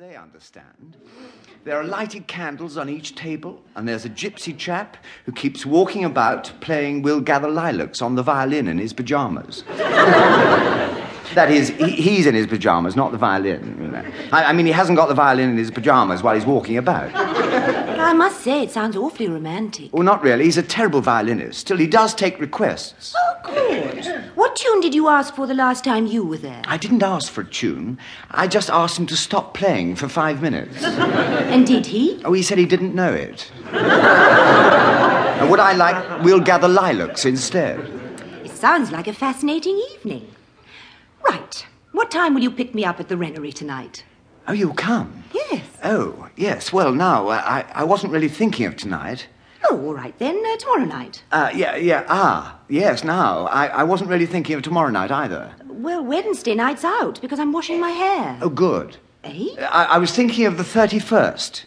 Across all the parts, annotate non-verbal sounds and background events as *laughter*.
They understand. There are lighted candles on each table, and there's a gypsy chap who keeps walking about playing We'll Gather Lilacs on the violin in his pajamas. *laughs* that is, he, he's in his pajamas, not the violin. you know. I, I mean, he hasn't got the violin in his pajamas while he's walking about. I must say, it sounds awfully romantic. Well, not really. He's a terrible violinist. Still, he does take requests. Oh, good. What tune did you ask for the last time you were there? I didn't ask for a tune. I just asked him to stop playing for five minutes. And did he? Oh, he said he didn't know it. And would I like We'll Gather Lilacs instead? It sounds like a fascinating evening. Right. What time will you pick me up at the Rennery tonight? Oh, you'll come? Yes. Oh, yes. Well, now, uh, I, I wasn't really thinking of tonight. Oh, all right then. Uh, tomorrow night. Uh, yeah, yeah, ah, yes, now. I, I wasn't really thinking of tomorrow night either. Well, Wednesday night's out because I'm washing my hair. Oh, good. Eh? I, I was thinking of the 31st.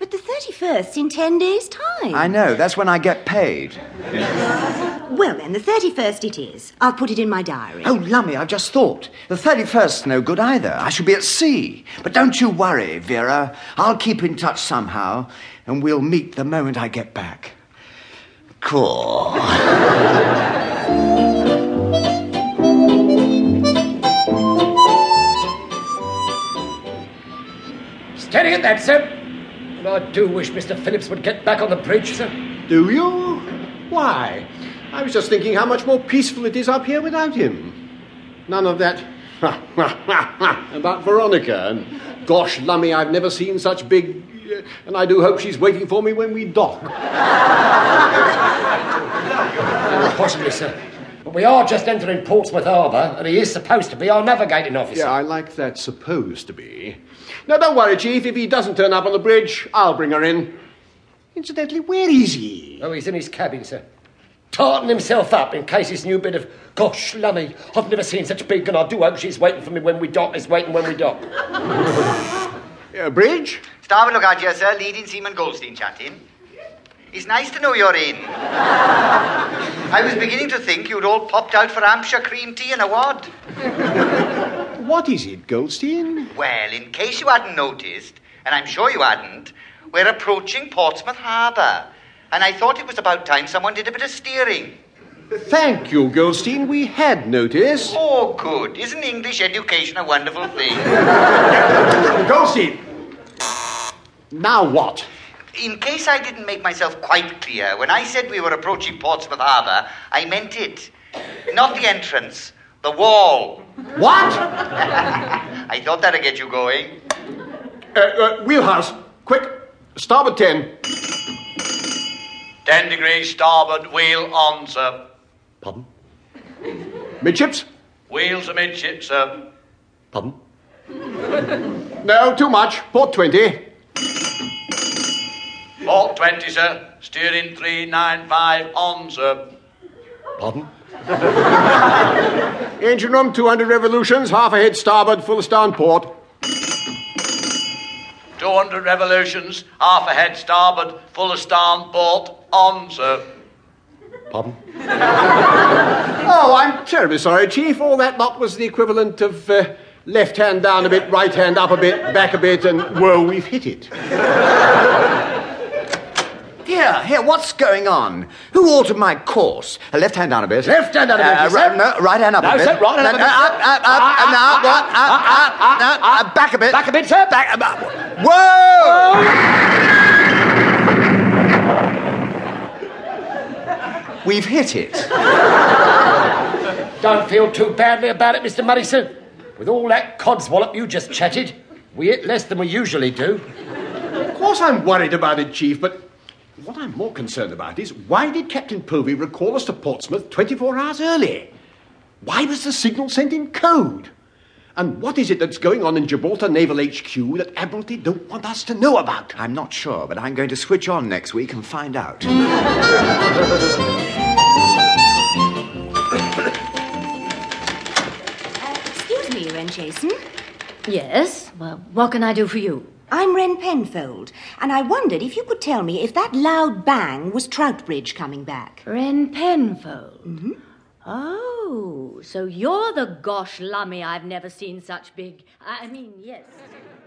But the 31st in 10 days' time. I know, that's when I get paid. Well, then, the 31st it is. I'll put it in my diary. Oh, lummy, I've just thought. The 31st's no good either. I shall be at sea. But don't you worry, Vera. I'll keep in touch somehow, and we'll meet the moment I get back. Cool. Steady at that, sir. And I do wish Mr. Phillips would get back on the bridge, sir. Do you? Why? I was just thinking how much more peaceful it is up here without him. None of that *laughs* about Veronica and gosh, Lummy, I've never seen such big. uh, And I do hope she's waiting for me when we dock. Possibly, sir. But we are just entering Portsmouth Harbour, and he is supposed to be our navigating officer. Yeah, I like that supposed to be. Now, don't worry, Chief. If he doesn't turn up on the bridge, I'll bring her in. Incidentally, where is he? Oh, he's in his cabin, sir. Tarting himself up in case his new bit of gosh, lummy, I've never seen such big, and I do hope she's waiting for me when we dock, is waiting when we dock. Uh, bridge? Star will look out here, sir. Leading Seaman Goldstein, chatting. It's nice to know you're in. I was beginning to think you'd all popped out for Hampshire cream tea and a wad. What is it, Goldstein? Well, in case you hadn't noticed, and I'm sure you hadn't, we're approaching Portsmouth Harbour. And I thought it was about time someone did a bit of steering. Thank you, Goldstein. We had noticed. Oh, good. Isn't English education a wonderful thing? Goldstein! Now what? In case I didn't make myself quite clear, when I said we were approaching Portsmouth Harbour, I meant it. Not the entrance, the wall. What? I thought that'd get you going. Uh, uh, wheelhouse, quick. Starboard 10. 10 degrees starboard, wheel on, sir. Pardon? Midships? Wheels amidship, sir. Pardon? no, too much. Port 20. Port 20, sir. Steering 395 on, sir. Pardon? Engine room, 200 revolutions, half ahead starboard, full stern port. 200 revolutions, half ahead starboard, full astern port on, sir. Pardon? oh, I'm terribly sorry, Chief. All that lot was the equivalent of uh, left hand down a bit, right hand up a bit, back a bit, and whoa, we've hit it. Here, here, what's going on? Who altered my course? Uh, left hand down a bit. Left hand down a bit, Uh, you right, said? no, right hand up No, a bit. sir, right hand up a Then, bit, uh, sir. Up, up, up, Ah, and ah, up, ah, up, up, ah, up, ah, up, ah, up, back a bit. Back a bit, sir. Back, up, up. Whoa! We've hit it. Don't feel too badly about it, Mr. Muddison. With all that codswallop you just chatted, we hit less than we usually do. Of course, I'm worried about it, Chief, but what I'm more concerned about is why did Captain Povey recall us to Portsmouth 24 hours early? Why was the signal sent in code? And what is it that's going on in Gibraltar Naval HQ that Admiralty don't want us to know about? I'm not sure, but I'm going to switch on next week and find out. Uh, Excuse me, Ren Jason. Yes? Well, what can I do for you? I'm Ren Penfold, and I wondered if you could tell me if that loud bang was Troutbridge coming back. Ren Penfold. Oh, so you're the gosh lummy I've never seen such big. I I mean, yes.